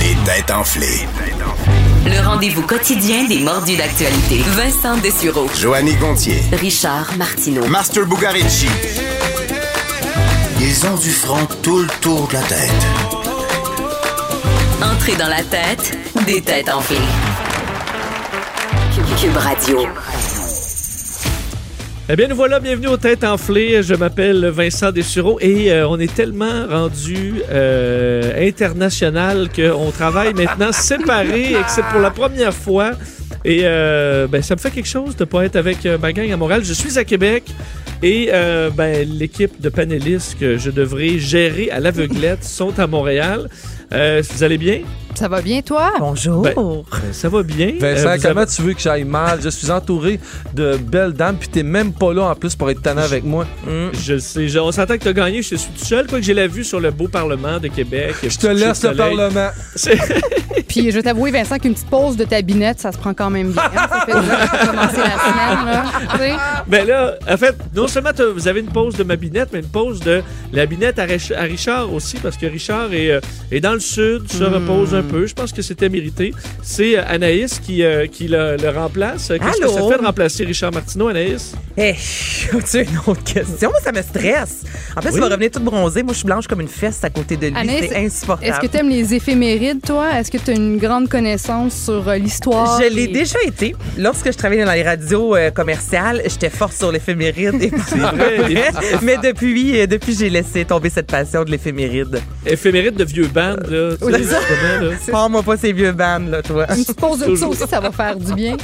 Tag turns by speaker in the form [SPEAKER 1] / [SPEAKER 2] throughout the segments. [SPEAKER 1] Les têtes enflées.
[SPEAKER 2] Le rendez-vous quotidien des mordus d'actualité. Vincent Dessureau.
[SPEAKER 1] Joanny Gontier.
[SPEAKER 2] Richard Martineau.
[SPEAKER 1] Master Bugarici. Ils ont du front tout le tour de la tête.
[SPEAKER 2] Entrée dans la tête des têtes enflées. Cube Radio.
[SPEAKER 3] Eh bien, nous voilà, bienvenue aux Têtes Enflées. Je m'appelle Vincent Dessureau et euh, on est tellement rendu euh, international qu'on travaille maintenant séparés, except pour la première fois. Et euh, ben, ça me fait quelque chose de ne pas être avec euh, ma gang à Montréal. Je suis à Québec et euh, ben, l'équipe de panélistes que je devrais gérer à l'aveuglette sont à Montréal. Euh, vous allez bien?
[SPEAKER 4] Ça va bien, toi?
[SPEAKER 5] Oh.
[SPEAKER 6] Bonjour.
[SPEAKER 3] Ben, Ben, ça va bien.
[SPEAKER 5] Vincent,
[SPEAKER 3] Euh, vous
[SPEAKER 5] comment
[SPEAKER 3] avez-
[SPEAKER 5] tu veux que j'aille mal? Je suis entouré de belles dames, puis t'es même pas là en plus pour être tannant avec moi.
[SPEAKER 6] Mm.
[SPEAKER 3] Je sais, je- on s'entend que tu as gagné, je suis tout seul, quoi que j'ai la vue sur le beau Parlement de Québec.
[SPEAKER 5] Je te laisse le Parlement.
[SPEAKER 4] Puis je vais t'avouer, Vincent, qu'une petite pause de ta binette, ça se prend quand même bien. hein. Ça fait déjà que commencer la semaine, là. Tu sais?
[SPEAKER 3] Ben là, en fait, non seulement t'as- vous avez une pause de ma binette, mais une pause de la binette à, Rich- à Richard aussi, parce que Richard est, euh, est dans le sud, se
[SPEAKER 5] Hmm.
[SPEAKER 3] repose un peu. Je pense que c'était mérité. C'est euh, Anaïs qui, euh, qui le, le remplace. Qu'est-ce que
[SPEAKER 6] Allô?
[SPEAKER 3] ça fait de remplacer Richard Martineau, Anaïs?
[SPEAKER 6] Eh, tu as une autre question? Moi, ça me stresse. En plus,
[SPEAKER 3] Oui.
[SPEAKER 6] il va revenir tout bronzé. Moi, je suis blanche comme une fesse à côté de lui.
[SPEAKER 4] Anaïs,
[SPEAKER 6] C'est insupportable.
[SPEAKER 4] Est-ce que t'aimes les éphémérides, toi? Est-ce que t'as une grande connaissance sur euh, l'histoire?
[SPEAKER 6] Je l'ai
[SPEAKER 4] et-
[SPEAKER 6] déjà été. Lorsque je travaillais dans les radios euh, commerciales, j'étais forte sur l'éphéméride. Et-
[SPEAKER 3] vrai.
[SPEAKER 6] Mais depuis, euh, depuis j'ai laissé tomber cette passion de l'éphéméride.
[SPEAKER 3] Éphémérite de vieux band,
[SPEAKER 5] Euh,
[SPEAKER 3] là. tu sais, justement, là.
[SPEAKER 6] Parle-moi pas ces vieux bandes, là, toi.
[SPEAKER 4] Une petite pause de ça
[SPEAKER 3] Toujours.
[SPEAKER 4] aussi, ça va faire du bien.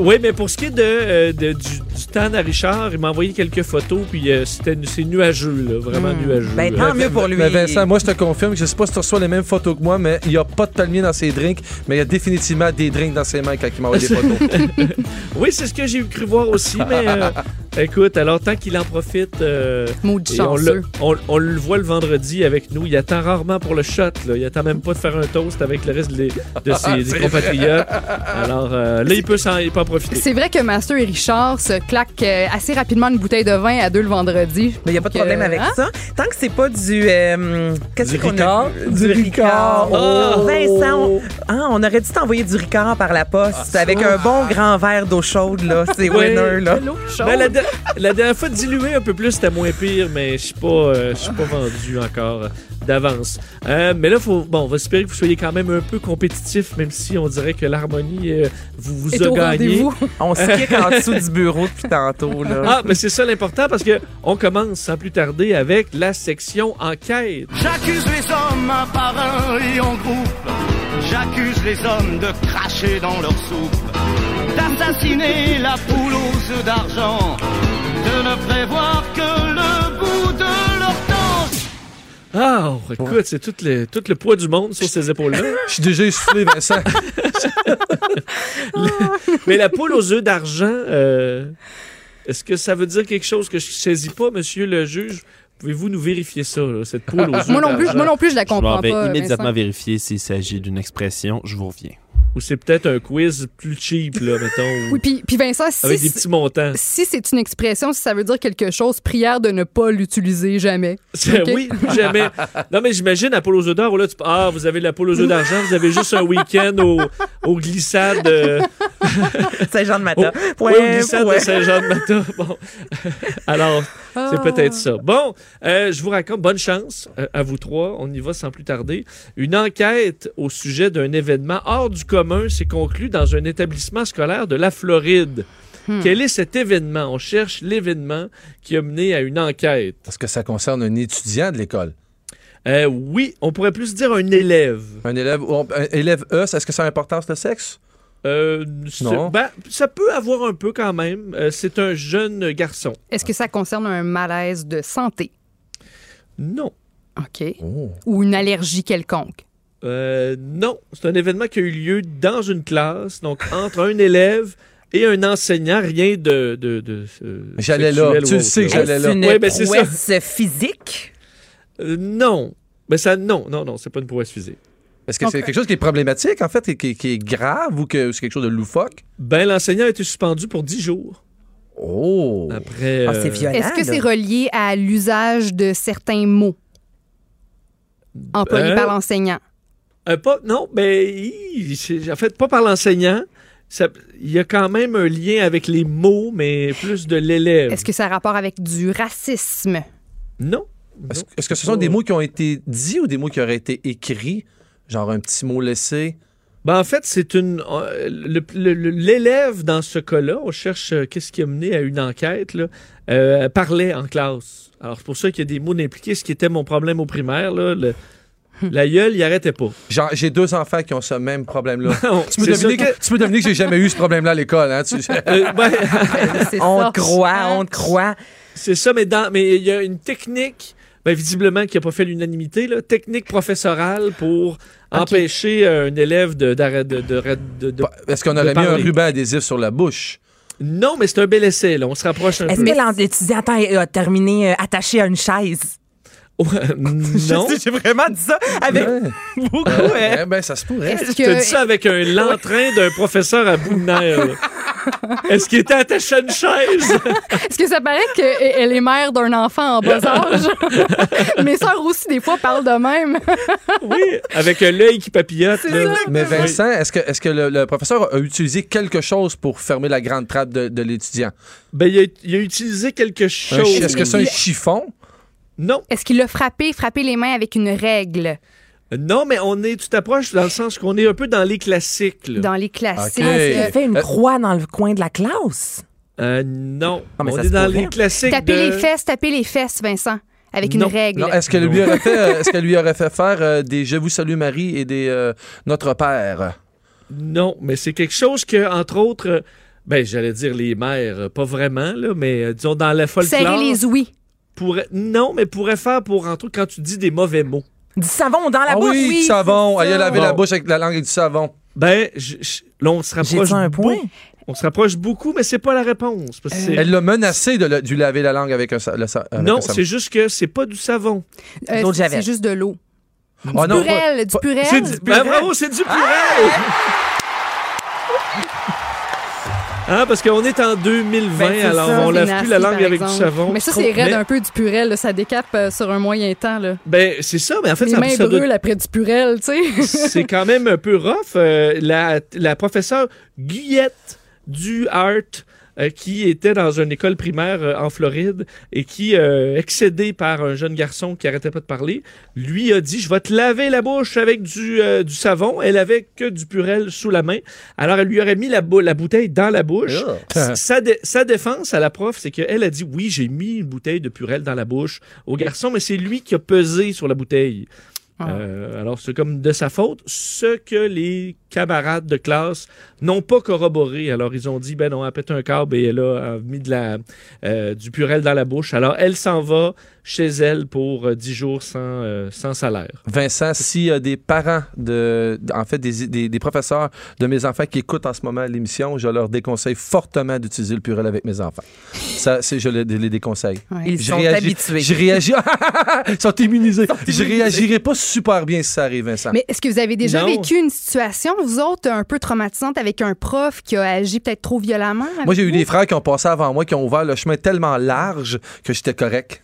[SPEAKER 3] Oui, mais pour ce qui est de, euh, de- du, du temps à Richard, il m'a envoyé quelques photos, puis euh, c'était c'est nuageux, là, vraiment nuageux. hein.
[SPEAKER 6] Ben,
[SPEAKER 3] là.
[SPEAKER 6] tant mieux pour lui.
[SPEAKER 5] Mais Vincent, moi, je te confirme que je sais pas si tu reçois les mêmes photos que moi, mais il y a pas de palmier dans ses drinks, mais il y a définitivement des drinks dans ses mains quand il m'envoie des photos.
[SPEAKER 3] Oui, c'est ce que j'ai cru voir aussi, mais euh, écoute, alors tant qu'il en profite, euh,
[SPEAKER 4] Maudit
[SPEAKER 3] et on, le,
[SPEAKER 4] chanceux.
[SPEAKER 3] on- on le voit le vendredi avec nous. Il attend rarement pour le shot. Là. Il attend même pas de faire un toast avec le reste des- de ses des compatriotes. Alors euh, là, il peut s'en il peut en profiter.
[SPEAKER 4] C'est vrai que Master et Richard se claquent euh, assez rapidement une bouteille de vin à deux le vendredi.
[SPEAKER 6] Mais il n'y a pas de
[SPEAKER 4] Donc,
[SPEAKER 6] problème
[SPEAKER 4] euh,
[SPEAKER 6] avec
[SPEAKER 4] hein?
[SPEAKER 6] ça. Tant que c'est pas du. euh, Qu'est-ce
[SPEAKER 5] Du
[SPEAKER 6] qu'on
[SPEAKER 5] Ricard.
[SPEAKER 6] a? Du Ricard.
[SPEAKER 3] Oh!
[SPEAKER 6] Vincent, on, ah, on aurait dû t'envoyer du Ricard par la poste
[SPEAKER 3] Ah,
[SPEAKER 6] avec un bon grand verre d'eau chaude, là. C'est
[SPEAKER 3] Ouais.
[SPEAKER 6] winner, là.
[SPEAKER 3] Ben, la, de- la dernière fois, dilué un peu plus, c'était moins pire, mais je suis pas, euh, je suis pas vendu encore euh, d'avance. Euh, mais là, faut, bon, on va espérer que vous soyez quand même un peu compétitif, même si on dirait que l'harmonie euh, vous, vous
[SPEAKER 4] Est
[SPEAKER 3] a
[SPEAKER 4] au
[SPEAKER 3] gagné.
[SPEAKER 4] rendez-vous.
[SPEAKER 6] On se kick en dessous du bureau depuis tantôt, là.
[SPEAKER 3] Ah, mais c'est ça l'important parce que on commence sans plus tarder avec la section enquête.
[SPEAKER 7] J'accuse les hommes un par un et en groupe. J'accuse les hommes de cracher dans leur soupe, d'assassiner la poule aux œufs d'argent, de ne prévoir que le bout de leur temps.
[SPEAKER 3] Ah, oh, écoute, c'est tout le, tout le poids du monde sur ses épaules-là.
[SPEAKER 5] Je suis déjà essoufflé, Vincent.
[SPEAKER 3] mais la poule aux œufs d'argent, euh, est-ce que ça veut dire quelque chose que je saisis pas, monsieur le juge? Pouvez-vous nous vérifier ça, là, cette poule aux œufs
[SPEAKER 4] Moi non plus,
[SPEAKER 3] d'argent?
[SPEAKER 4] moi non plus, je la
[SPEAKER 8] Je m'en
[SPEAKER 4] comprends
[SPEAKER 8] vais
[SPEAKER 4] pas.
[SPEAKER 8] immédiatement
[SPEAKER 4] Vincent.
[SPEAKER 8] vérifier s'il s'agit d'une expression. Je vous reviens.
[SPEAKER 3] Ou c'est peut-être un quiz plus cheap, là, mettons,
[SPEAKER 4] Oui, puis, puis Vincent, si
[SPEAKER 3] avec des petits montants.
[SPEAKER 4] si c'est une expression, si ça veut dire quelque chose, prière de ne pas l'utiliser jamais.
[SPEAKER 3] C'est-
[SPEAKER 4] Ok.
[SPEAKER 3] Oui, plus jamais. Non, mais j'imagine la poule aux œufs d'or, où là, tu... ah, vous avez de la poule aux œufs d'argent, vous avez juste un week-end au, aux glissades... euh,
[SPEAKER 6] Saint-Jean-de-Matin.
[SPEAKER 3] Oui,
[SPEAKER 6] Ouais,
[SPEAKER 3] Ah. au glissade
[SPEAKER 6] ouais.
[SPEAKER 3] de Saint-Jean-de-Mata. Bon. Alors, c'est peut-être ça. Bon, euh, je vous raconte, bonne chance euh, à vous trois. On y va sans plus tarder. Une enquête au sujet d'un événement hors du commun s'est conclue dans un établissement scolaire de la Floride. Quel est cet événement? On cherche l'événement qui a mené à une enquête.
[SPEAKER 5] Parce que ça concerne un étudiant de l'école.
[SPEAKER 3] Euh, oui, on pourrait plus dire un élève.
[SPEAKER 5] Un élève, un élève E, est-ce que ça a importance le sexe?
[SPEAKER 3] Euh, c'est-
[SPEAKER 5] Non.
[SPEAKER 3] ben, ça peut avoir un peu quand même. Euh, c'est un jeune garçon.
[SPEAKER 4] Est-ce que ça concerne un malaise de santé?
[SPEAKER 3] Non.
[SPEAKER 4] OK.
[SPEAKER 5] Oh.
[SPEAKER 4] Ou une allergie quelconque.
[SPEAKER 3] Euh, non, c'est un événement qui a eu lieu dans une classe, donc entre un élève et un enseignant, rien de. de, de, euh,
[SPEAKER 5] J'allais là.
[SPEAKER 3] sexuel
[SPEAKER 5] Tu
[SPEAKER 3] ou
[SPEAKER 5] le
[SPEAKER 3] autre,
[SPEAKER 5] sais que
[SPEAKER 3] là.
[SPEAKER 5] j'allais-
[SPEAKER 6] Est-ce une
[SPEAKER 3] Ouais, ben, c'est ça.
[SPEAKER 6] prouesse physique?
[SPEAKER 3] Euh, non. Ben ça, non, non, non, c'est pas une prouesse physique.
[SPEAKER 5] Est-ce que c'est quelque chose qui est problématique, en fait, et qui, qui est grave ou que c'est quelque chose de loufoque?
[SPEAKER 3] Ben, l'enseignant a été suspendu pour 10 jours
[SPEAKER 5] Oh!
[SPEAKER 3] après.
[SPEAKER 6] Ah,
[SPEAKER 3] euh,
[SPEAKER 6] c'est violent.
[SPEAKER 4] Est-ce que c'est
[SPEAKER 6] là.
[SPEAKER 4] relié à l'usage de certains mots employés
[SPEAKER 3] Ben-
[SPEAKER 4] par l'enseignant?
[SPEAKER 3] Euh, pas, non, ben, hi, c'est- en fait, pas par l'enseignant. Ça- Il y a quand même un lien avec les mots, mais plus de l'élève.
[SPEAKER 4] Est-ce que ça a rapport avec du racisme?
[SPEAKER 3] Non.
[SPEAKER 5] Est-ce
[SPEAKER 3] Non.
[SPEAKER 5] est-ce que ce sont des mots qui ont été dits ou des mots qui auraient été écrits? Genre un petit mot laissé?
[SPEAKER 3] Ben, en fait, c'est une. euh, le- le- le- L'élève, dans ce cas-là, on cherche euh, qu'est-ce qui a mené à une enquête, là, euh, parlait en classe. Alors, c'est pour ça qu'il y a des mots impliqués, ce qui était mon problème au primaire. Là, le-
[SPEAKER 5] Hmm.
[SPEAKER 3] la gueule, il arrêtait pas.
[SPEAKER 5] Genre, j'ai deux enfants qui ont ce même problème-là.
[SPEAKER 3] Non,
[SPEAKER 5] tu, peux
[SPEAKER 3] c'est
[SPEAKER 5] deviner
[SPEAKER 3] sûr
[SPEAKER 5] que... tu peux deviner que j'ai jamais eu ce problème-là à l'école, hein? Tu-
[SPEAKER 3] Euh, ben,
[SPEAKER 4] C'est
[SPEAKER 6] On
[SPEAKER 4] ça.
[SPEAKER 6] te croit, on te croit.
[SPEAKER 3] c'est ça, mais dans- mais il y a une technique, ben, visiblement, qui n'a pas fait l'unanimité, là, technique professorale pour empêcher euh, un élève de, d'arrêt- de- de- de- de-
[SPEAKER 5] Bah, Est-ce qu'on
[SPEAKER 3] De
[SPEAKER 5] aurait mis un
[SPEAKER 3] parler.
[SPEAKER 5] ruban adhésif sur la bouche?
[SPEAKER 3] Non, mais c'est un bel essai, là. On se rapproche un
[SPEAKER 6] Est-ce
[SPEAKER 3] peu.
[SPEAKER 6] que l'en- l'étudiant a terminé euh, attaché à une chaise?
[SPEAKER 3] Ouais, non.
[SPEAKER 6] J'ai vraiment dit ça avec
[SPEAKER 5] Ouais.
[SPEAKER 6] beaucoup.
[SPEAKER 5] Eh
[SPEAKER 6] euh,
[SPEAKER 5] ben, ça se pourrait.
[SPEAKER 4] Est-ce
[SPEAKER 3] Je te dis
[SPEAKER 4] que,
[SPEAKER 3] ça avec un l'entrain d'un professeur à bout de nerfs. là. Est-ce qu'il était attaché à une chaise?
[SPEAKER 4] est-ce que ça paraît qu'elle est mère d'un enfant en bas âge? Mes sœurs aussi, des fois, parlent de même.
[SPEAKER 3] Oui, avec euh, l'œil qui papillote. là.
[SPEAKER 5] Mais Vincent, est-ce que, est-ce que le, le professeur a utilisé quelque chose pour fermer la grande trappe de, de l'étudiant?
[SPEAKER 3] Ben, il a, il a utilisé quelque
[SPEAKER 5] Un
[SPEAKER 3] chose.
[SPEAKER 5] chi- Est-ce que c'est un chiffon?
[SPEAKER 3] Non,
[SPEAKER 4] Est-ce qu'il l'a frappé, frappé les mains avec une règle
[SPEAKER 3] non, mais on est, tu t'approches dans le sens qu'on est un peu dans les classiques. là.
[SPEAKER 4] dans les classiques?
[SPEAKER 5] Ok.
[SPEAKER 4] Euh,
[SPEAKER 6] Il a fait une
[SPEAKER 5] Euh,
[SPEAKER 6] croix dans le coin de la classe.
[SPEAKER 3] Euh, non,
[SPEAKER 6] Ah, mais
[SPEAKER 3] on
[SPEAKER 6] ça
[SPEAKER 3] est
[SPEAKER 6] se
[SPEAKER 3] dans
[SPEAKER 6] pourrait.
[SPEAKER 3] les classiques.
[SPEAKER 4] Taper
[SPEAKER 3] de-
[SPEAKER 4] les fesses, taper les fesses, Vincent, avec
[SPEAKER 3] Non.
[SPEAKER 4] une règle.
[SPEAKER 5] Non, est-ce que lui aurait fait, euh, est-ce qu'elle lui aurait fait faire euh, des Je vous salue Marie et des euh, Notre Père?
[SPEAKER 3] Non, mais c'est quelque chose que, entre autres, euh, ben, j'allais dire les mères, euh, pas vraiment, là, mais euh, disons dans la folklore.
[SPEAKER 4] Serrer les ouïes.
[SPEAKER 3] pourrait- Non, mais pourrait faire pour, entre autres, quand tu dis des mauvais mots.
[SPEAKER 6] Du savon dans la
[SPEAKER 5] ah
[SPEAKER 6] bouche.
[SPEAKER 5] oui, du
[SPEAKER 6] c'est
[SPEAKER 5] savon. Ah,
[SPEAKER 6] ça.
[SPEAKER 5] Allez laver
[SPEAKER 3] Bon.
[SPEAKER 5] la bouche avec la langue et du savon.
[SPEAKER 3] Ben, je- je- là, on se
[SPEAKER 6] J'ai
[SPEAKER 3] rapproche.
[SPEAKER 6] dit un point.
[SPEAKER 3] beaucoup. On se rapproche beaucoup, mais c'est pas la réponse. parce que c'est-
[SPEAKER 5] Euh, Elle l'a menacé de, le- de lui laver la langue avec un sa- le sa- avec
[SPEAKER 3] non,
[SPEAKER 5] un savon.
[SPEAKER 3] c'est juste que c'est pas du savon.
[SPEAKER 4] Euh,
[SPEAKER 6] L'eau de
[SPEAKER 4] c'est
[SPEAKER 6] Javel.
[SPEAKER 4] juste de l'eau.
[SPEAKER 5] Oh
[SPEAKER 3] Ah
[SPEAKER 4] Du
[SPEAKER 5] non,
[SPEAKER 4] purel, du Ah!
[SPEAKER 5] pas-
[SPEAKER 4] purel.
[SPEAKER 3] C'est du- Ben, bravo, c'est du purel! Hein, parce qu'on est en 2020,
[SPEAKER 6] Ben, c'est
[SPEAKER 3] alors
[SPEAKER 4] Ça,
[SPEAKER 3] on
[SPEAKER 4] c'est
[SPEAKER 3] lève
[SPEAKER 4] nasty,
[SPEAKER 3] plus la langue
[SPEAKER 4] par
[SPEAKER 3] avec du
[SPEAKER 4] exemple.
[SPEAKER 3] savon.
[SPEAKER 4] Mais ça,
[SPEAKER 3] je trouve.
[SPEAKER 4] c'est raide
[SPEAKER 3] Mais-
[SPEAKER 4] un peu du purel. là. Ça décape euh, sur un moyen temps. Là.
[SPEAKER 3] Ben, c'est ça, mais en fait,
[SPEAKER 4] Les
[SPEAKER 3] ça,
[SPEAKER 4] mains
[SPEAKER 3] ça doit-
[SPEAKER 4] brûlent après du purel, tu sais.
[SPEAKER 3] c'est quand même un peu rough. Euh, la, la professeure Guyette Duhart, euh, qui était dans une école primaire euh, en Floride et qui, euh, excédée par un jeune garçon qui arrêtait pas de parler, lui a dit « Je vais te laver la bouche avec du, euh, du savon. » Elle avait que du purel sous la main. Alors, elle lui aurait mis la, bou- la bouteille dans la bouche. Sa, dé- sa défense à la prof, c'est qu'elle a dit oui, j'ai mis une bouteille de Purel dans la bouche au garçon, mais c'est lui qui a pesé sur la bouteille. Euh, alors c'est comme de sa faute, ce que les camarades de classe n'ont pas corroboré. Alors ils ont dit ben non, elle a pété un câble et elle a euh, mis de la euh, du Purel dans la bouche. Alors elle s'en va chez elle pour euh, 10 jours sans euh, sans salaire.
[SPEAKER 5] Vincent, s'il y a des parents, de, en fait des, des- des professeurs de mes enfants qui écoutent en ce moment l'émission, je leur déconseille fortement d'utiliser le purel avec mes enfants. Ça, c'est, je les, les déconseille.
[SPEAKER 6] Ils
[SPEAKER 5] Je
[SPEAKER 6] sont
[SPEAKER 5] réagis-
[SPEAKER 6] habitués.
[SPEAKER 5] Je réagis. Ils sont immunisés. Je réagirai pas super bien si ça arrive, Vincent.
[SPEAKER 4] Mais est-ce que vous avez déjà
[SPEAKER 3] Non.
[SPEAKER 4] vécu une situation, vous autres, un peu traumatisante avec un prof qui a agi peut-être trop violemment? avec
[SPEAKER 5] Moi, j'ai eu
[SPEAKER 4] vous?
[SPEAKER 5] des frères qui ont passé avant moi, qui ont ouvert le chemin tellement large que j'étais correct.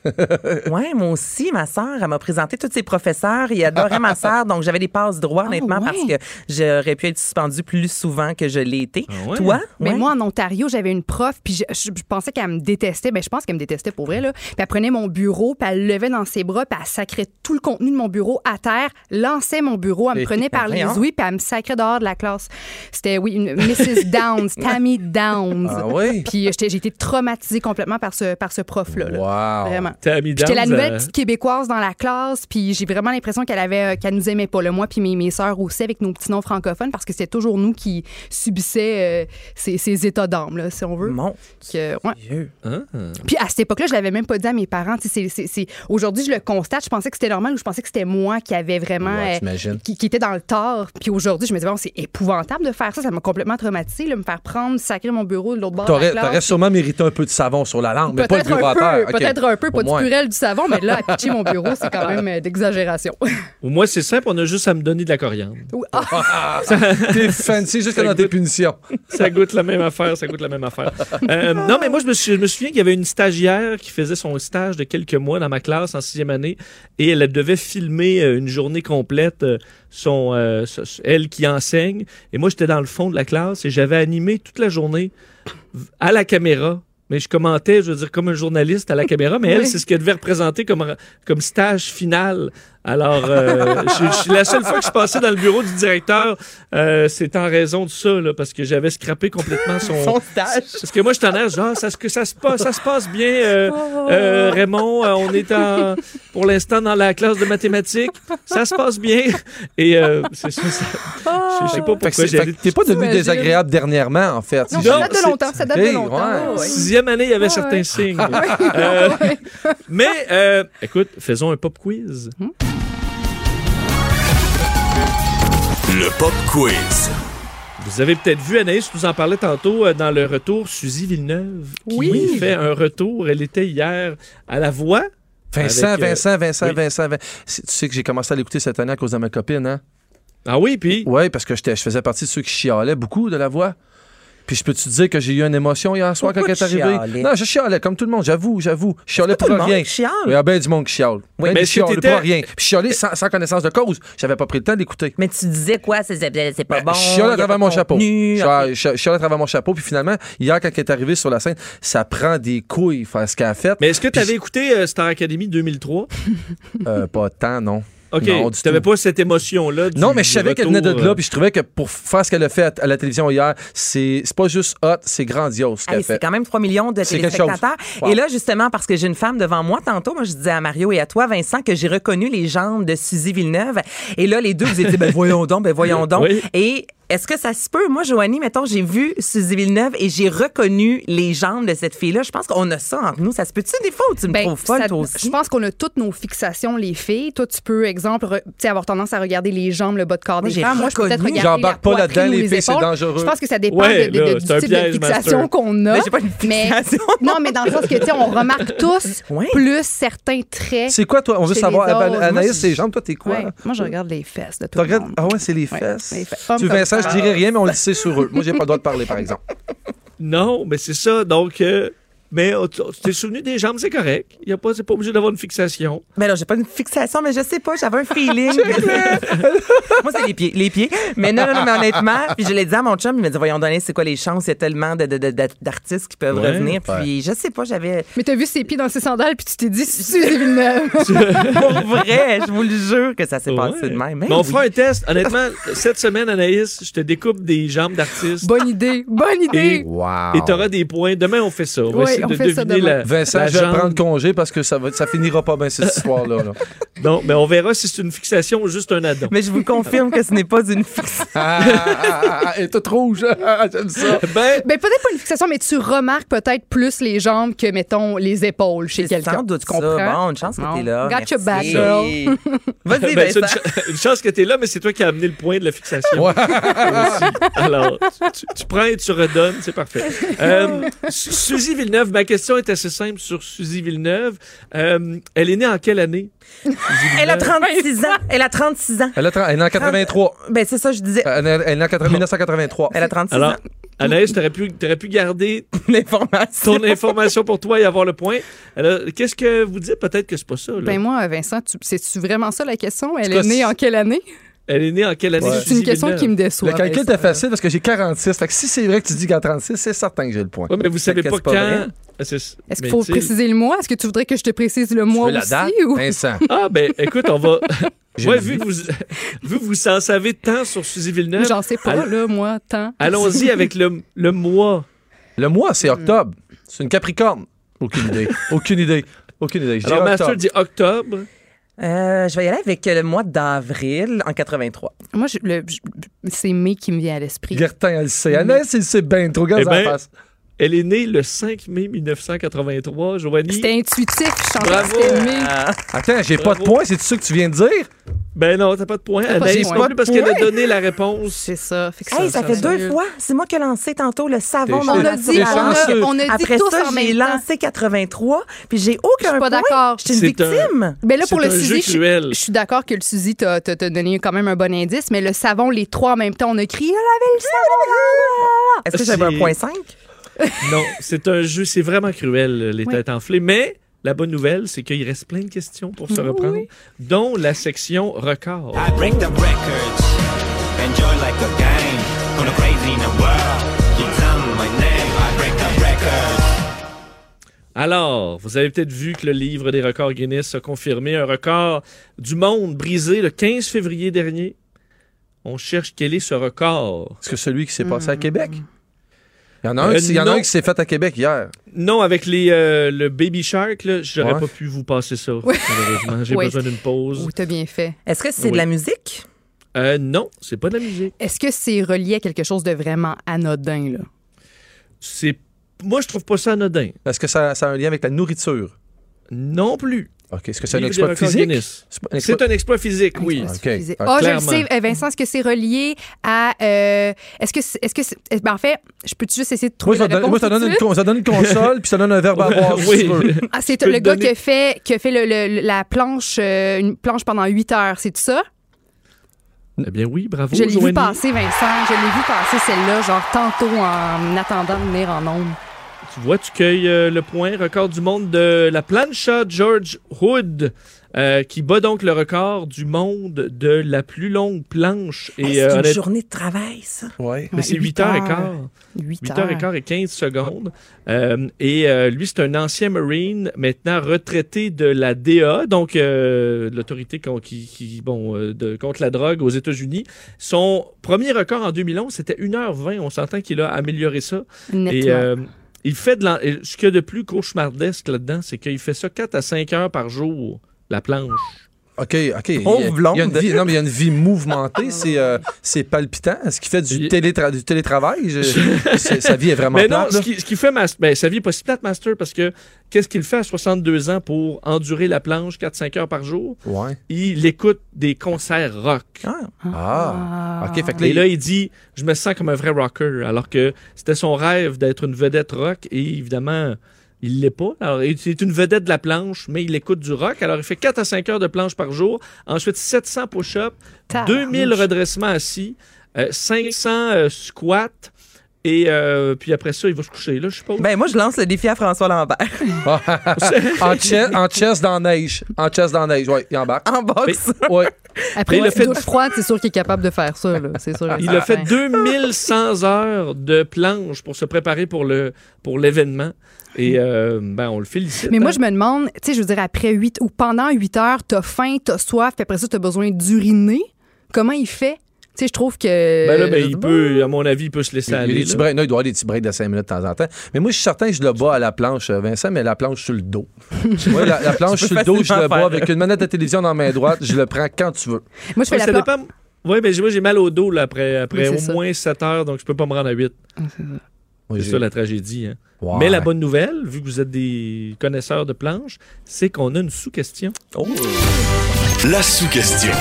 [SPEAKER 6] Ouais, moi aussi, ma sœur, elle m'a présenté tous ses professeurs. Il adorait ma sœur, donc j'avais des passes droits, honnêtement,
[SPEAKER 4] Ah ouais.
[SPEAKER 6] parce que j'aurais pu être suspendue plus souvent que je l'ai été.
[SPEAKER 5] Ah
[SPEAKER 3] ouais?
[SPEAKER 6] Toi?
[SPEAKER 4] Mais
[SPEAKER 6] Ouais.
[SPEAKER 4] moi, en Ontario, j'avais une prof, puis je, je- je pensais qu'elle me détestait. Ben, je pense qu'elle me détestait pour vrai, là. Puis elle prenait mon bureau, puis elle le levait dans ses bras, puis elle sacrait tout le contenu de mon bureau à terre, lançait mon bureau, elle me
[SPEAKER 5] Eh,
[SPEAKER 4] prenait par les
[SPEAKER 6] voyons.
[SPEAKER 4] ouïes, puis elle me sacrait dehors de la classe. C'était, oui, une Mrs. Downs, Tammy Downs.
[SPEAKER 5] Ah oui?
[SPEAKER 4] Puis euh, j'étais- j'ai été traumatisée complètement par ce, par ce prof-là. là.
[SPEAKER 5] Wow.
[SPEAKER 4] Vraiment.
[SPEAKER 3] Tammy
[SPEAKER 4] J'étais la nouvelle
[SPEAKER 3] euh,
[SPEAKER 4] petite québécoise dans la classe, puis j'ai vraiment l'impression qu'elle avait, euh, qu'elle nous aimait pas, le moi, puis mes, mes sœurs aussi, avec nos petits noms francophones, parce que c'était toujours nous qui subissaient euh, ces, ces états d'âme, là, si on veut.
[SPEAKER 6] Mon
[SPEAKER 4] Que, ouais.
[SPEAKER 6] Dieu.
[SPEAKER 3] hein?
[SPEAKER 4] Puis à cette époque-là, je l'avais même pas dit à mes parents. Tu sais, c'est- c'est- c'est- Aujourd'hui, je le constate. Je pensais que c'était normal ou je pensais que c'était moi qui avait vraiment.
[SPEAKER 5] Ouais,
[SPEAKER 4] euh,
[SPEAKER 5] t'imagines.
[SPEAKER 4] qui, qui était dans le tort. Puis aujourd'hui, je me disais, bon, c'est épouvantable de faire ça. Ça m'a complètement traumatisé, me faire prendre, sacrer mon bureau de l'autre bord. de Ah, la
[SPEAKER 5] T'aurais,
[SPEAKER 4] classe.
[SPEAKER 5] t'aurais sûrement mérité un peu de savon sur la langue, mais pas le
[SPEAKER 4] Peut-être
[SPEAKER 5] bureau
[SPEAKER 4] un
[SPEAKER 5] à terre.
[SPEAKER 4] peu,
[SPEAKER 5] OK.
[SPEAKER 4] peut-être un peu, pas
[SPEAKER 5] Au moins.
[SPEAKER 4] du purel, du savon, mais là, à pitcher mon bureau, c'est quand même euh, d'exagération.
[SPEAKER 3] Moi, c'est simple, on a juste à me donner de la coriandre.
[SPEAKER 4] Ou- ah,
[SPEAKER 5] T'es fancy jusque dans tes punitions.
[SPEAKER 3] Ça goûte la même affaire, ça goûte la même affaire. Euh, non, mais moi, je me, suis- je me souviens qu'il y avait une stagiaire qui faisait son stage de quelques mois dans ma classe en sixième année et elle devait filmer euh, une journée complète, euh, son, euh, ce- ce- elle qui enseigne. Et moi, j'étais dans le fond de la classe et j'avais animé toute la journée v- à la caméra. Mais je commentais, je veux dire, comme un journaliste à la caméra, mais elle,
[SPEAKER 4] Oui.
[SPEAKER 3] c'est ce qu'elle devait représenter comme, comme stage final. Alors, euh, je- je- la seule fois que je passais dans le bureau du directeur, euh, c'est en raison de ça, là, parce que j'avais scrappé complètement son,
[SPEAKER 6] Son stage.
[SPEAKER 3] parce que moi, je t'en ai genre, ça, se- que ça, se passe, ça se passe bien, euh, euh, Raymond. euh, on est en- pour l'instant dans la classe de mathématiques. Ça se passe bien. Et euh, c'est ça. ça- je- Je sais pas
[SPEAKER 5] Ah. Fait que
[SPEAKER 3] pourquoi
[SPEAKER 5] c'est-
[SPEAKER 3] j'ai
[SPEAKER 5] fait que
[SPEAKER 3] allé.
[SPEAKER 5] t'es pas devenu
[SPEAKER 4] T'imagines.
[SPEAKER 5] désagréable dernièrement, en fait.
[SPEAKER 4] non,
[SPEAKER 5] Si
[SPEAKER 4] ça
[SPEAKER 5] j'ai-
[SPEAKER 4] date de longtemps, ça date de
[SPEAKER 5] Hey,
[SPEAKER 4] longtemps.
[SPEAKER 5] ouais.
[SPEAKER 4] oui.
[SPEAKER 3] Sixième année, il y avait
[SPEAKER 4] Ah,
[SPEAKER 3] certains
[SPEAKER 4] ouais.
[SPEAKER 3] signes. Euh, mais, euh, écoute, faisons un pop quiz.
[SPEAKER 1] Le pop quiz.
[SPEAKER 3] Vous avez peut-être vu, Anaïs, je vous en parlais tantôt euh, dans le retour, Suzy Villeneuve, qui
[SPEAKER 4] Oui.
[SPEAKER 3] fait un retour. Elle était hier à La Voix.
[SPEAKER 5] Vincent,
[SPEAKER 3] Avec, euh,
[SPEAKER 5] Vincent, Vincent,
[SPEAKER 3] oui.
[SPEAKER 5] Vincent, Vin- Si- Tu sais que j'ai commencé à l'écouter cette année à cause de ma copine, hein?
[SPEAKER 3] Ah oui, puis...
[SPEAKER 5] Oui, parce que j'étais- je faisais partie de ceux qui chialaient beaucoup de la voix. Puis je peux te dire que j'ai eu une émotion hier soir
[SPEAKER 6] Pourquoi
[SPEAKER 5] quand elle
[SPEAKER 6] tu
[SPEAKER 5] est arrivée.
[SPEAKER 6] chialais?
[SPEAKER 5] Non, je chialais comme tout le monde, j'avoue, j'avoue. Je chialais pour
[SPEAKER 6] Tout le monde
[SPEAKER 5] rien.
[SPEAKER 6] chiale.
[SPEAKER 5] Il y a bien du monde qui chiale. Oui,
[SPEAKER 3] mais
[SPEAKER 5] mais
[SPEAKER 3] si
[SPEAKER 5] chiale
[SPEAKER 3] t'étais-
[SPEAKER 5] pour rien. Puis je chialais sans, sans connaissance de cause. J'avais pas pris le temps d'écouter.
[SPEAKER 6] Mais tu disais quoi? C'est, c'est- c'est pas bon.
[SPEAKER 5] Je Ben, chiale à
[SPEAKER 6] il y a pas
[SPEAKER 5] travers
[SPEAKER 6] de
[SPEAKER 5] mon chapeau.
[SPEAKER 6] contenu.
[SPEAKER 5] Je chiale- Je chiale à travers mon chapeau. Puis finalement, hier, quand elle est arrivée sur la scène, ça prend des couilles faire ce qu'elle a fait.
[SPEAKER 3] Mais est-ce que tu avais
[SPEAKER 5] Puis-
[SPEAKER 3] écouté euh, Star Academy 2003?
[SPEAKER 5] Euh, pas tant, non.
[SPEAKER 3] OK,
[SPEAKER 5] Non, du
[SPEAKER 3] tu n'avais
[SPEAKER 5] tout.
[SPEAKER 3] pas cette émotion-là. du-
[SPEAKER 5] Non, mais je
[SPEAKER 3] du
[SPEAKER 5] savais qu'elle
[SPEAKER 3] retour,
[SPEAKER 5] venait de là,
[SPEAKER 3] euh,
[SPEAKER 5] puis je trouvais que pour faire ce qu'elle a fait à la télévision hier, c'est c'est pas juste hot, c'est grandiose ce qu'elle
[SPEAKER 6] Hey,
[SPEAKER 5] fait.
[SPEAKER 6] c'est quand même 3 millions de
[SPEAKER 5] C'est quelque
[SPEAKER 6] téléspectateurs.
[SPEAKER 5] chose. Wow.
[SPEAKER 6] Et là, justement, parce que j'ai une femme devant moi tantôt, moi, je disais à Mario et à toi, Vincent, que j'ai reconnu les jambes de Suzy Villeneuve. Et là, les deux, vous étiez, ben voyons donc, ben voyons donc.
[SPEAKER 3] Oui.
[SPEAKER 6] Et est-ce que ça se peut? Moi, Joanie, mettons, j'ai vu Suzy Villeneuve et j'ai reconnu les jambes de cette fille-là. Je pense qu'on a ça entre nous. Ça se peut-tu des fois ou tu me
[SPEAKER 4] Ben,
[SPEAKER 6] trouves folle,
[SPEAKER 4] ça-
[SPEAKER 6] toi
[SPEAKER 4] Je
[SPEAKER 6] aussi?
[SPEAKER 4] pense qu'on a toutes nos fixations, les filles. Toi, tu peux, exemple, re- tu sais, avoir tendance à regarder les jambes, le bas de corps
[SPEAKER 6] Moi,
[SPEAKER 4] des
[SPEAKER 6] j'ai
[SPEAKER 4] femmes. Moi, je peux
[SPEAKER 6] reconnu.
[SPEAKER 4] peut-être regarder
[SPEAKER 5] J'embarque pas
[SPEAKER 4] la
[SPEAKER 5] là-dedans,
[SPEAKER 4] poitrine ou
[SPEAKER 5] les filles, c'est
[SPEAKER 4] épaules.
[SPEAKER 5] dangereux.
[SPEAKER 4] Je pense que ça dépend
[SPEAKER 3] Ouais,
[SPEAKER 4] de- de-
[SPEAKER 3] là,
[SPEAKER 4] de-
[SPEAKER 3] c'est
[SPEAKER 4] du type
[SPEAKER 3] un
[SPEAKER 4] de
[SPEAKER 3] piège,
[SPEAKER 4] fixation
[SPEAKER 3] Master.
[SPEAKER 4] qu'on a.
[SPEAKER 6] Ben, j'ai pas une
[SPEAKER 4] Mais-
[SPEAKER 6] fixation.
[SPEAKER 4] non, mais dans le sens que, tu sais, on remarque tous
[SPEAKER 6] Ouais.
[SPEAKER 4] plus certains traits.
[SPEAKER 5] C'est quoi, toi? On veut
[SPEAKER 4] Chez
[SPEAKER 5] savoir,
[SPEAKER 4] les
[SPEAKER 5] Ana-
[SPEAKER 4] autres, moi,
[SPEAKER 5] Anaïs,
[SPEAKER 4] je-
[SPEAKER 5] ses jambes, toi, t'es quoi?
[SPEAKER 4] Ouais. Moi, je regarde les fesses de tout
[SPEAKER 5] Tu
[SPEAKER 4] le
[SPEAKER 5] regardes-
[SPEAKER 4] monde.
[SPEAKER 5] Ah ouais, c'est les
[SPEAKER 4] Ouais,
[SPEAKER 5] fesses.
[SPEAKER 4] les fesses. Hommes
[SPEAKER 5] Tu veux,
[SPEAKER 4] comme
[SPEAKER 5] Vincent, je
[SPEAKER 4] femmes.
[SPEAKER 5] dirais rien, mais on le sait sur eux. Moi, j'ai pas le droit de parler, par exemple.
[SPEAKER 3] euh, Non, mais c'est ça. Donc, euh, mais oh, tu tu t'es souvenu des jambes, c'est correct. Il y a pas, c'est pas obligé d'avoir une fixation.
[SPEAKER 6] Ben non, j'ai pas une fixation, mais je sais pas, j'avais un feeling. Moi, c'est les pieds, les pieds. Mais non, non, non, mais honnêtement, puis je l'ai dit à mon chum, il m'a dit, voyons donner, c'est quoi les chances, il y a tellement de- de- de- de- d'artistes qui peuvent
[SPEAKER 3] Ouais,
[SPEAKER 6] revenir. Puis je sais pas, j'avais...
[SPEAKER 4] Mais t'as vu ses pieds dans ses sandales, puis tu t'es dit, Suzy Villeneuve.
[SPEAKER 6] Pour vrai, je vous le jure que ça s'est passé
[SPEAKER 3] Ouais.
[SPEAKER 6] de même.
[SPEAKER 3] Mais
[SPEAKER 6] Hein,
[SPEAKER 3] on
[SPEAKER 6] oui.
[SPEAKER 3] fera un test. Honnêtement, cette semaine, Anaïs, je te découpe des jambes d'artistes
[SPEAKER 4] Bonne idée, bonne idée.
[SPEAKER 3] et et t'auras des points. Demain, on fait ça. On va
[SPEAKER 4] Ouais,
[SPEAKER 3] essayer
[SPEAKER 4] on
[SPEAKER 3] de
[SPEAKER 4] fait ça
[SPEAKER 3] deviner
[SPEAKER 4] demain.
[SPEAKER 3] la,
[SPEAKER 5] Vincent,
[SPEAKER 3] la
[SPEAKER 5] je vais
[SPEAKER 3] jambe.
[SPEAKER 5] prendre congé parce que ça, va, ça finira pas bien, cette histoire-là. là.
[SPEAKER 3] Non, mais ben, on verra si c'est une fixation ou juste un addon.
[SPEAKER 6] Mais je vous confirme que ce n'est pas une fixation.
[SPEAKER 5] Ah, ah, ah, ah, elle est toute rouge. Ah, J'aime ça.
[SPEAKER 3] Ben,
[SPEAKER 4] Ben, peut-être pas une fixation, mais tu remarques peut-être plus les jambes que, mettons, les épaules chez quelqu'un.
[SPEAKER 6] Sans doute
[SPEAKER 4] tu
[SPEAKER 6] ça.
[SPEAKER 4] comprends?
[SPEAKER 6] Bon, une chance
[SPEAKER 4] Non.
[SPEAKER 6] que t'es là.
[SPEAKER 4] Got your back,
[SPEAKER 6] Merci.
[SPEAKER 4] girl.
[SPEAKER 3] ben,
[SPEAKER 6] Vas-y,
[SPEAKER 3] c'est une,
[SPEAKER 6] Vincent.
[SPEAKER 3] cha- une chance que t'es là, mais c'est toi qui as amené le point de la fixation.
[SPEAKER 5] Ouais.
[SPEAKER 3] Aussi. Alors, tu, tu prends et tu redonnes, c'est parfait. Euh, Su- Suzy Villeneuve, ma question est assez simple sur Suzy Villeneuve. Euh, elle est née en quelle année? Suzy
[SPEAKER 6] Elle a
[SPEAKER 3] Villeneuve?
[SPEAKER 6] 36 ans. Elle a 36 ans.
[SPEAKER 5] Elle, a tra- elle est en 83.
[SPEAKER 6] Ben c'est ça, je disais.
[SPEAKER 5] Elle est elle est en 80- 1983.
[SPEAKER 6] Elle a 36
[SPEAKER 3] Euh, Alors,
[SPEAKER 6] ans.
[SPEAKER 3] Anaïs, t'aurais pu, t'aurais pu garder
[SPEAKER 6] L'information.
[SPEAKER 3] ton information pour toi et avoir le point. Alors, qu'est-ce que vous dites? Peut-être que c'est pas ça. là.
[SPEAKER 4] Ben moi, Vincent, tu- c'est-tu vraiment ça la question? Elle
[SPEAKER 5] tout
[SPEAKER 4] est
[SPEAKER 5] cas,
[SPEAKER 4] née
[SPEAKER 5] si-
[SPEAKER 4] en quelle année?
[SPEAKER 3] Elle est née en quelle année?
[SPEAKER 5] Ouais.
[SPEAKER 4] C'est une question qui me déçoit.
[SPEAKER 5] Le calcul
[SPEAKER 4] Vincent.
[SPEAKER 5] était facile parce que j'ai 46. Fait que si c'est vrai que tu dis qu'à 36, c'est certain que j'ai le point.
[SPEAKER 3] Oui, mais vous savez
[SPEAKER 5] que
[SPEAKER 3] pas
[SPEAKER 5] c'est pas vrai.
[SPEAKER 3] quand. Ah, C'est-
[SPEAKER 4] Est-ce
[SPEAKER 3] mais
[SPEAKER 4] qu'il faut
[SPEAKER 3] tu sais-
[SPEAKER 4] préciser le mois? Est-ce que tu voudrais que je te précise le
[SPEAKER 5] Tu
[SPEAKER 4] mois
[SPEAKER 5] veux
[SPEAKER 4] aussi?
[SPEAKER 5] la date?
[SPEAKER 4] ou-
[SPEAKER 5] Vincent.
[SPEAKER 3] Ah, ben, écoute, on va.
[SPEAKER 5] J'ai
[SPEAKER 3] Moi,
[SPEAKER 5] une
[SPEAKER 3] vu que vous, vu que vous en savez tant sur Suzy Villeneuve,
[SPEAKER 4] J'en sais pas,
[SPEAKER 3] Allô-
[SPEAKER 4] là, moi, tant.
[SPEAKER 3] allons-y avec le, le mois.
[SPEAKER 5] Le mois, c'est octobre. C'est une Capricorne. Aucune idée. Aucune idée. Aucune idée. Je dis
[SPEAKER 3] Alors, Master
[SPEAKER 5] octobre.
[SPEAKER 3] dit octobre.
[SPEAKER 6] Euh, je vais y aller avec euh, le mois d'avril en 83.
[SPEAKER 4] Moi, je- le- je- c'est mai qui me vient à l'esprit.
[SPEAKER 5] Gertin, elle le sait. Annès, il sait bien trop. Regarde
[SPEAKER 3] Eh
[SPEAKER 5] ça
[SPEAKER 3] ben,
[SPEAKER 5] en face.
[SPEAKER 3] Elle est née le 5 mai 1983. Joanie.
[SPEAKER 4] C'était intuitif, je sentais
[SPEAKER 3] Bravo.
[SPEAKER 4] que c'était mai.
[SPEAKER 6] Ah,
[SPEAKER 5] Attends, j'ai pas de
[SPEAKER 3] bravo.
[SPEAKER 5] points. C'est ça que tu viens de dire?
[SPEAKER 3] Ben non, t'as pas de point. Elle
[SPEAKER 4] pas de
[SPEAKER 3] n'arrive
[SPEAKER 4] point.
[SPEAKER 3] pas plus parce qu'elle a
[SPEAKER 6] Ouais.
[SPEAKER 3] donné la réponse.
[SPEAKER 4] C'est ça. Fait que
[SPEAKER 6] hey, ça fait deux
[SPEAKER 4] sérieux.
[SPEAKER 6] fois. C'est moi qui ai lancé tantôt le savon
[SPEAKER 5] T'es
[SPEAKER 6] dans
[SPEAKER 4] On
[SPEAKER 5] chanceux.
[SPEAKER 4] a
[SPEAKER 6] la
[SPEAKER 4] dit, on a,
[SPEAKER 5] chanceux.
[SPEAKER 4] on a dit
[SPEAKER 6] Après
[SPEAKER 4] tous
[SPEAKER 6] ça,
[SPEAKER 4] en
[SPEAKER 6] j'ai
[SPEAKER 4] même temps.
[SPEAKER 6] lancé 83, puis
[SPEAKER 4] Je
[SPEAKER 6] j'ai
[SPEAKER 4] suis
[SPEAKER 6] aucun
[SPEAKER 4] pas
[SPEAKER 6] point.
[SPEAKER 4] d'accord.
[SPEAKER 6] Je suis une
[SPEAKER 3] C'est un-
[SPEAKER 6] victime.
[SPEAKER 4] Mais Ben là, pour
[SPEAKER 3] C'est
[SPEAKER 4] le
[SPEAKER 3] un jeu
[SPEAKER 4] Suzy, je,
[SPEAKER 3] cruel.
[SPEAKER 4] je suis d'accord que le Suzy t'a t'a- t'a donné quand même un bon indice, mais le savon, les trois en même temps, on a crié « Lavez le
[SPEAKER 6] Est-ce que j'avais
[SPEAKER 3] C'est-
[SPEAKER 6] un point 5?
[SPEAKER 3] Non, c'est un jeu, c'est vraiment cruel, euh, les
[SPEAKER 4] Oui.
[SPEAKER 3] têtes enflées. Mais la bonne nouvelle, c'est qu'il reste plein de questions pour se reprendre, dont la section record.
[SPEAKER 9] I break the records, enjoy like a game. Gonna crazy in the world, you tell my name. I break the records.
[SPEAKER 3] Alors, vous avez peut-être vu que le livre des records Guinness a confirmé un record du monde brisé le 15 février dernier. On cherche quel est ce record.
[SPEAKER 5] Est-ce que celui qui s'est passé à Québec? Il y en a un,
[SPEAKER 3] Euh,
[SPEAKER 5] qui- il y en a
[SPEAKER 3] non.
[SPEAKER 5] un qui s'est fait à Québec hier.
[SPEAKER 3] Non, avec les, euh, le Baby Shark, là, j'aurais
[SPEAKER 5] Ouais.
[SPEAKER 3] pas pu vous passer ça, malheureusement. J'ai
[SPEAKER 4] Oui.
[SPEAKER 3] besoin d'une » pause.
[SPEAKER 4] Oh, t'as bien fait.
[SPEAKER 6] Est-ce que c'est
[SPEAKER 3] Oui.
[SPEAKER 6] de la musique?
[SPEAKER 3] Euh, non, c'est pas de la musique.
[SPEAKER 4] Est-ce que c'est relié à quelque chose de vraiment anodin, là?
[SPEAKER 3] C'est... Moi, je trouve pas ça anodin.
[SPEAKER 5] Est-ce que ça, ça a un lien avec la nourriture?
[SPEAKER 3] Non plus.
[SPEAKER 5] OK. Est-ce que c'est un
[SPEAKER 3] Livre des
[SPEAKER 5] exploit
[SPEAKER 3] records
[SPEAKER 5] physique?
[SPEAKER 3] Guinness.
[SPEAKER 5] C'est pas un exploit-
[SPEAKER 3] C'est un exploit physique, oui.
[SPEAKER 5] Ah,
[SPEAKER 4] Ça
[SPEAKER 5] OK.
[SPEAKER 4] suffisait.
[SPEAKER 5] Ah,
[SPEAKER 4] Ah, je le
[SPEAKER 3] clairement.
[SPEAKER 4] sais, euh, Vincent, est-ce que c'est relié à... euh, est-ce que... c'est- Est -ce que c'est- ben, en fait, je peux-tu juste essayer de
[SPEAKER 5] Moi,
[SPEAKER 4] trouver
[SPEAKER 5] ça
[SPEAKER 4] la
[SPEAKER 5] donne, moi,
[SPEAKER 4] réponse
[SPEAKER 5] ça
[SPEAKER 4] tout de
[SPEAKER 5] donne une,
[SPEAKER 4] suite?
[SPEAKER 5] con- ça donne une console, puis ça donne un verbe à boire, si tu veux.
[SPEAKER 4] Ah, c'est
[SPEAKER 3] peux
[SPEAKER 4] le
[SPEAKER 3] te
[SPEAKER 4] gars
[SPEAKER 3] donner-
[SPEAKER 4] qui a fait, qui a fait le, le- la planche, euh, une planche pendant 8 heures, c'est ça?
[SPEAKER 3] Eh bien oui, bravo.
[SPEAKER 4] je l'ai vu
[SPEAKER 3] Joanie.
[SPEAKER 4] passer, Vincent. Je l'ai vu passer celle-là, genre tantôt en attendant de venir en ondes.
[SPEAKER 3] Tu vois, tu cueilles euh, le point record du monde de la plancha George Hood, euh, qui bat donc le record du monde de la plus longue planche.
[SPEAKER 6] Hey,
[SPEAKER 3] Et,
[SPEAKER 6] Ah, c'est
[SPEAKER 3] euh,
[SPEAKER 6] une
[SPEAKER 3] honnête-
[SPEAKER 6] journée de travail, ça.
[SPEAKER 5] Ouais.
[SPEAKER 3] mais c'est
[SPEAKER 4] Ouais,
[SPEAKER 3] 8 heures et quart.
[SPEAKER 4] 8 heures.
[SPEAKER 3] 8h15 et 15 secondes. Euh, et euh, lui, c'est un ancien Marine, maintenant retraité de la DA, donc euh, l'autorité con- qui, qui, bon, euh, de, contre la drogue aux États-Unis. Son premier record en 2011, c'était 1h20. On s'entend qu'il a amélioré ça.
[SPEAKER 4] Nettement.
[SPEAKER 3] Et euh, il fait de l'en- et ce qu'il y a de plus cauchemardesque là-dedans, c'est qu'il fait ça 4 à 5 heures par jour, la planche.
[SPEAKER 5] OK, OK. Il y a-
[SPEAKER 6] Pauvre
[SPEAKER 5] il y a
[SPEAKER 6] blonde.
[SPEAKER 5] une vie- non, mais il y a une vie mouvementée, c'est euh, c'est palpitant. Est-ce qu'il fait du,
[SPEAKER 3] Il-
[SPEAKER 5] télétra- du télétravail? Je- c'est- sa vie est vraiment
[SPEAKER 3] Mais non,
[SPEAKER 5] plate,
[SPEAKER 3] ce
[SPEAKER 5] là.
[SPEAKER 3] qui, ce qui fait mas- ben, sa vie est pas si plate, Master, parce que qu'est-ce qu'il fait à 62 ans pour endurer la planche 4-5 heures par jour?
[SPEAKER 5] Ouais.
[SPEAKER 3] il écoute des concerts rock.
[SPEAKER 6] Ah,
[SPEAKER 5] Ah. OK, fait que
[SPEAKER 3] Et
[SPEAKER 5] là,
[SPEAKER 3] là, il dit Je me sens comme un vrai rocker, alors que c'était son rêve d'être une vedette rock, et évidemment, il l'est pas. Alors, il est une vedette de la planche, mais il écoute du rock. Alors, il fait 4 à 5 heures de planche par jour, ensuite 700 push-ups,
[SPEAKER 4] Tabarnouche.
[SPEAKER 3] 2000 redressements assis, euh, 500 euh, squats, et euh, puis après ça, il va se coucher, là, je suppose.
[SPEAKER 6] Ben, moi, je lance le défi à François Lambert.
[SPEAKER 5] en, chess, en chess dans la neige. En chess dans la neige, ouais, il embarque.
[SPEAKER 6] en boxe.
[SPEAKER 5] Ouais.
[SPEAKER 4] Après
[SPEAKER 3] Mais
[SPEAKER 4] une
[SPEAKER 3] le fait-
[SPEAKER 4] douche froide, c'est sûr qu'il est capable de faire ça. là. C'est sûr. et
[SPEAKER 3] Il a fait
[SPEAKER 4] certain.
[SPEAKER 3] 2100 heures de planche pour se préparer pour le pour l'événement. Et euh, ben, on le félicite.
[SPEAKER 4] Mais moi,
[SPEAKER 3] hein.
[SPEAKER 4] je me demande, tu sais, je veux dire, après 8 ou pendant 8 heures, t'as faim, t'as soif, puis après ça, t'as besoin d'uriner. Comment il fait? Tu sais, je trouve que.
[SPEAKER 3] Ben là, ben, il peut, à mon avis, il peut se laisser
[SPEAKER 5] Il, y a des
[SPEAKER 3] aller.
[SPEAKER 5] petits
[SPEAKER 3] là.
[SPEAKER 5] breaks. Non, il doit y avoir des petits breaks de 5 minutes de temps en temps. Mais moi, je suis certain que je le bats à la planche, euh, Vincent, mais la planche sur le dos. Moi, la, la planche
[SPEAKER 6] Tu peux
[SPEAKER 5] sur le dos, je
[SPEAKER 6] facilement
[SPEAKER 5] le bats
[SPEAKER 6] faire.
[SPEAKER 5] avec une manette de télévision dans la main droite. Je le prends quand tu veux.
[SPEAKER 4] Moi, je fais
[SPEAKER 3] Ouais,
[SPEAKER 4] la
[SPEAKER 3] ça
[SPEAKER 4] plan-
[SPEAKER 3] dépend. Oui, mais j'ai- moi, j'ai mal au dos là, après, après
[SPEAKER 4] Oui,
[SPEAKER 3] au
[SPEAKER 4] c'est ça.
[SPEAKER 3] moins 7 heures, donc je peux pas me rendre à 8.
[SPEAKER 5] Moi,
[SPEAKER 3] C'est
[SPEAKER 5] j'ai-
[SPEAKER 3] ça la tragédie. hein.
[SPEAKER 5] Ouais.
[SPEAKER 3] Mais la bonne nouvelle, vu que vous êtes des connaisseurs de planches, c'est qu'on a une sous-question.
[SPEAKER 1] La sous-question.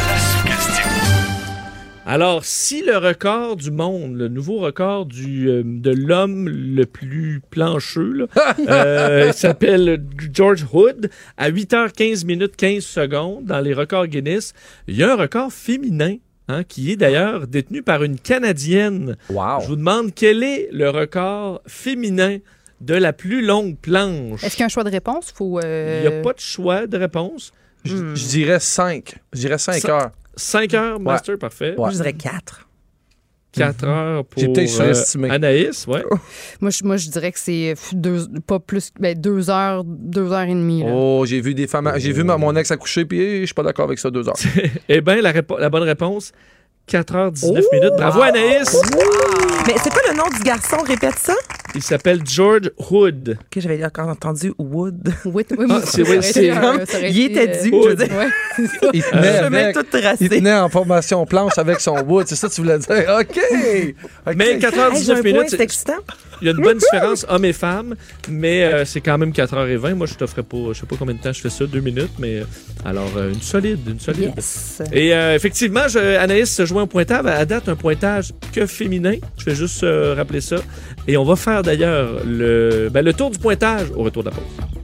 [SPEAKER 3] Alors, si le record du monde, le nouveau record du, euh, de l'homme le plus plancheux, là, euh, il s'appelle George Hood, à 8h15 minutes 15 secondes dans les records Guinness, il y a un record féminin hein, qui est d'ailleurs détenu par une Canadienne.
[SPEAKER 5] Wow.
[SPEAKER 3] Je vous demande quel est le record féminin de la plus longue planche.
[SPEAKER 4] Est-ce qu'il y a un choix de réponse? Faut, euh,
[SPEAKER 3] Il n'y a pas de choix de réponse.
[SPEAKER 5] Je, je dirais 5. Je dirais 5
[SPEAKER 3] Cin-
[SPEAKER 5] heures.
[SPEAKER 3] 5 heures, master, parfait.
[SPEAKER 5] Ouais.
[SPEAKER 6] Moi, je dirais 4.
[SPEAKER 3] 4 heures pour
[SPEAKER 5] J'ai peut-être
[SPEAKER 3] euh,
[SPEAKER 5] surestimé.
[SPEAKER 3] Anaïs, ouais.
[SPEAKER 4] Moi, je, moi, je dirais que c'est pff, deux, pas plus, ben, deux heures, deux heures et demie. là.
[SPEAKER 5] Oh, j'ai vu des
[SPEAKER 3] ben,
[SPEAKER 5] femmes. J'ai vu ma- mon ex accoucher, puis hey, je suis pas d'accord avec ça deux heures.
[SPEAKER 3] Eh bien, la, répo- la bonne réponse, 4h19 minutes. Bravo Anaïs!
[SPEAKER 6] Mais c'est quoi le nom du garçon? Répète ça.
[SPEAKER 3] Il s'appelle George Hood.
[SPEAKER 6] Que j'avais encore entendu Wood.
[SPEAKER 4] Oui, oui,
[SPEAKER 3] Ah,
[SPEAKER 4] moi aussi,
[SPEAKER 3] c'est-
[SPEAKER 4] ça
[SPEAKER 3] oui,
[SPEAKER 4] aurait été,
[SPEAKER 3] c'est-
[SPEAKER 4] euh, ça aurait
[SPEAKER 6] Il
[SPEAKER 4] été,
[SPEAKER 6] était
[SPEAKER 4] euh,
[SPEAKER 6] dû, je veux dire.
[SPEAKER 4] Ouais, c'est ça.
[SPEAKER 5] Il tenait,
[SPEAKER 6] Je vais
[SPEAKER 5] avec-
[SPEAKER 6] tout
[SPEAKER 5] il
[SPEAKER 6] tracer.
[SPEAKER 5] tenait en formation planche avec son wood. C'est ça que tu voulais dire? OK! OK.
[SPEAKER 3] Mais 4h19
[SPEAKER 6] Hey, j'ai un point,
[SPEAKER 3] minutes,
[SPEAKER 6] c'est
[SPEAKER 3] c'est-
[SPEAKER 6] excitant.
[SPEAKER 3] il y a une bonne différence hommes et femmes, mais euh, c'est quand même 4h20. Moi, je t'offrais pas, je sais pas combien de temps je fais ça, deux minutes, mais euh, alors euh, une solide, une solide.
[SPEAKER 6] Yes.
[SPEAKER 3] Et euh, effectivement, je- Anaïs se joint au pointage. À date, un pointage que féminin. Je vais juste euh, rappeler ça. Et on va faire d'ailleurs le, ben, le tour du pointage au retour de la pause.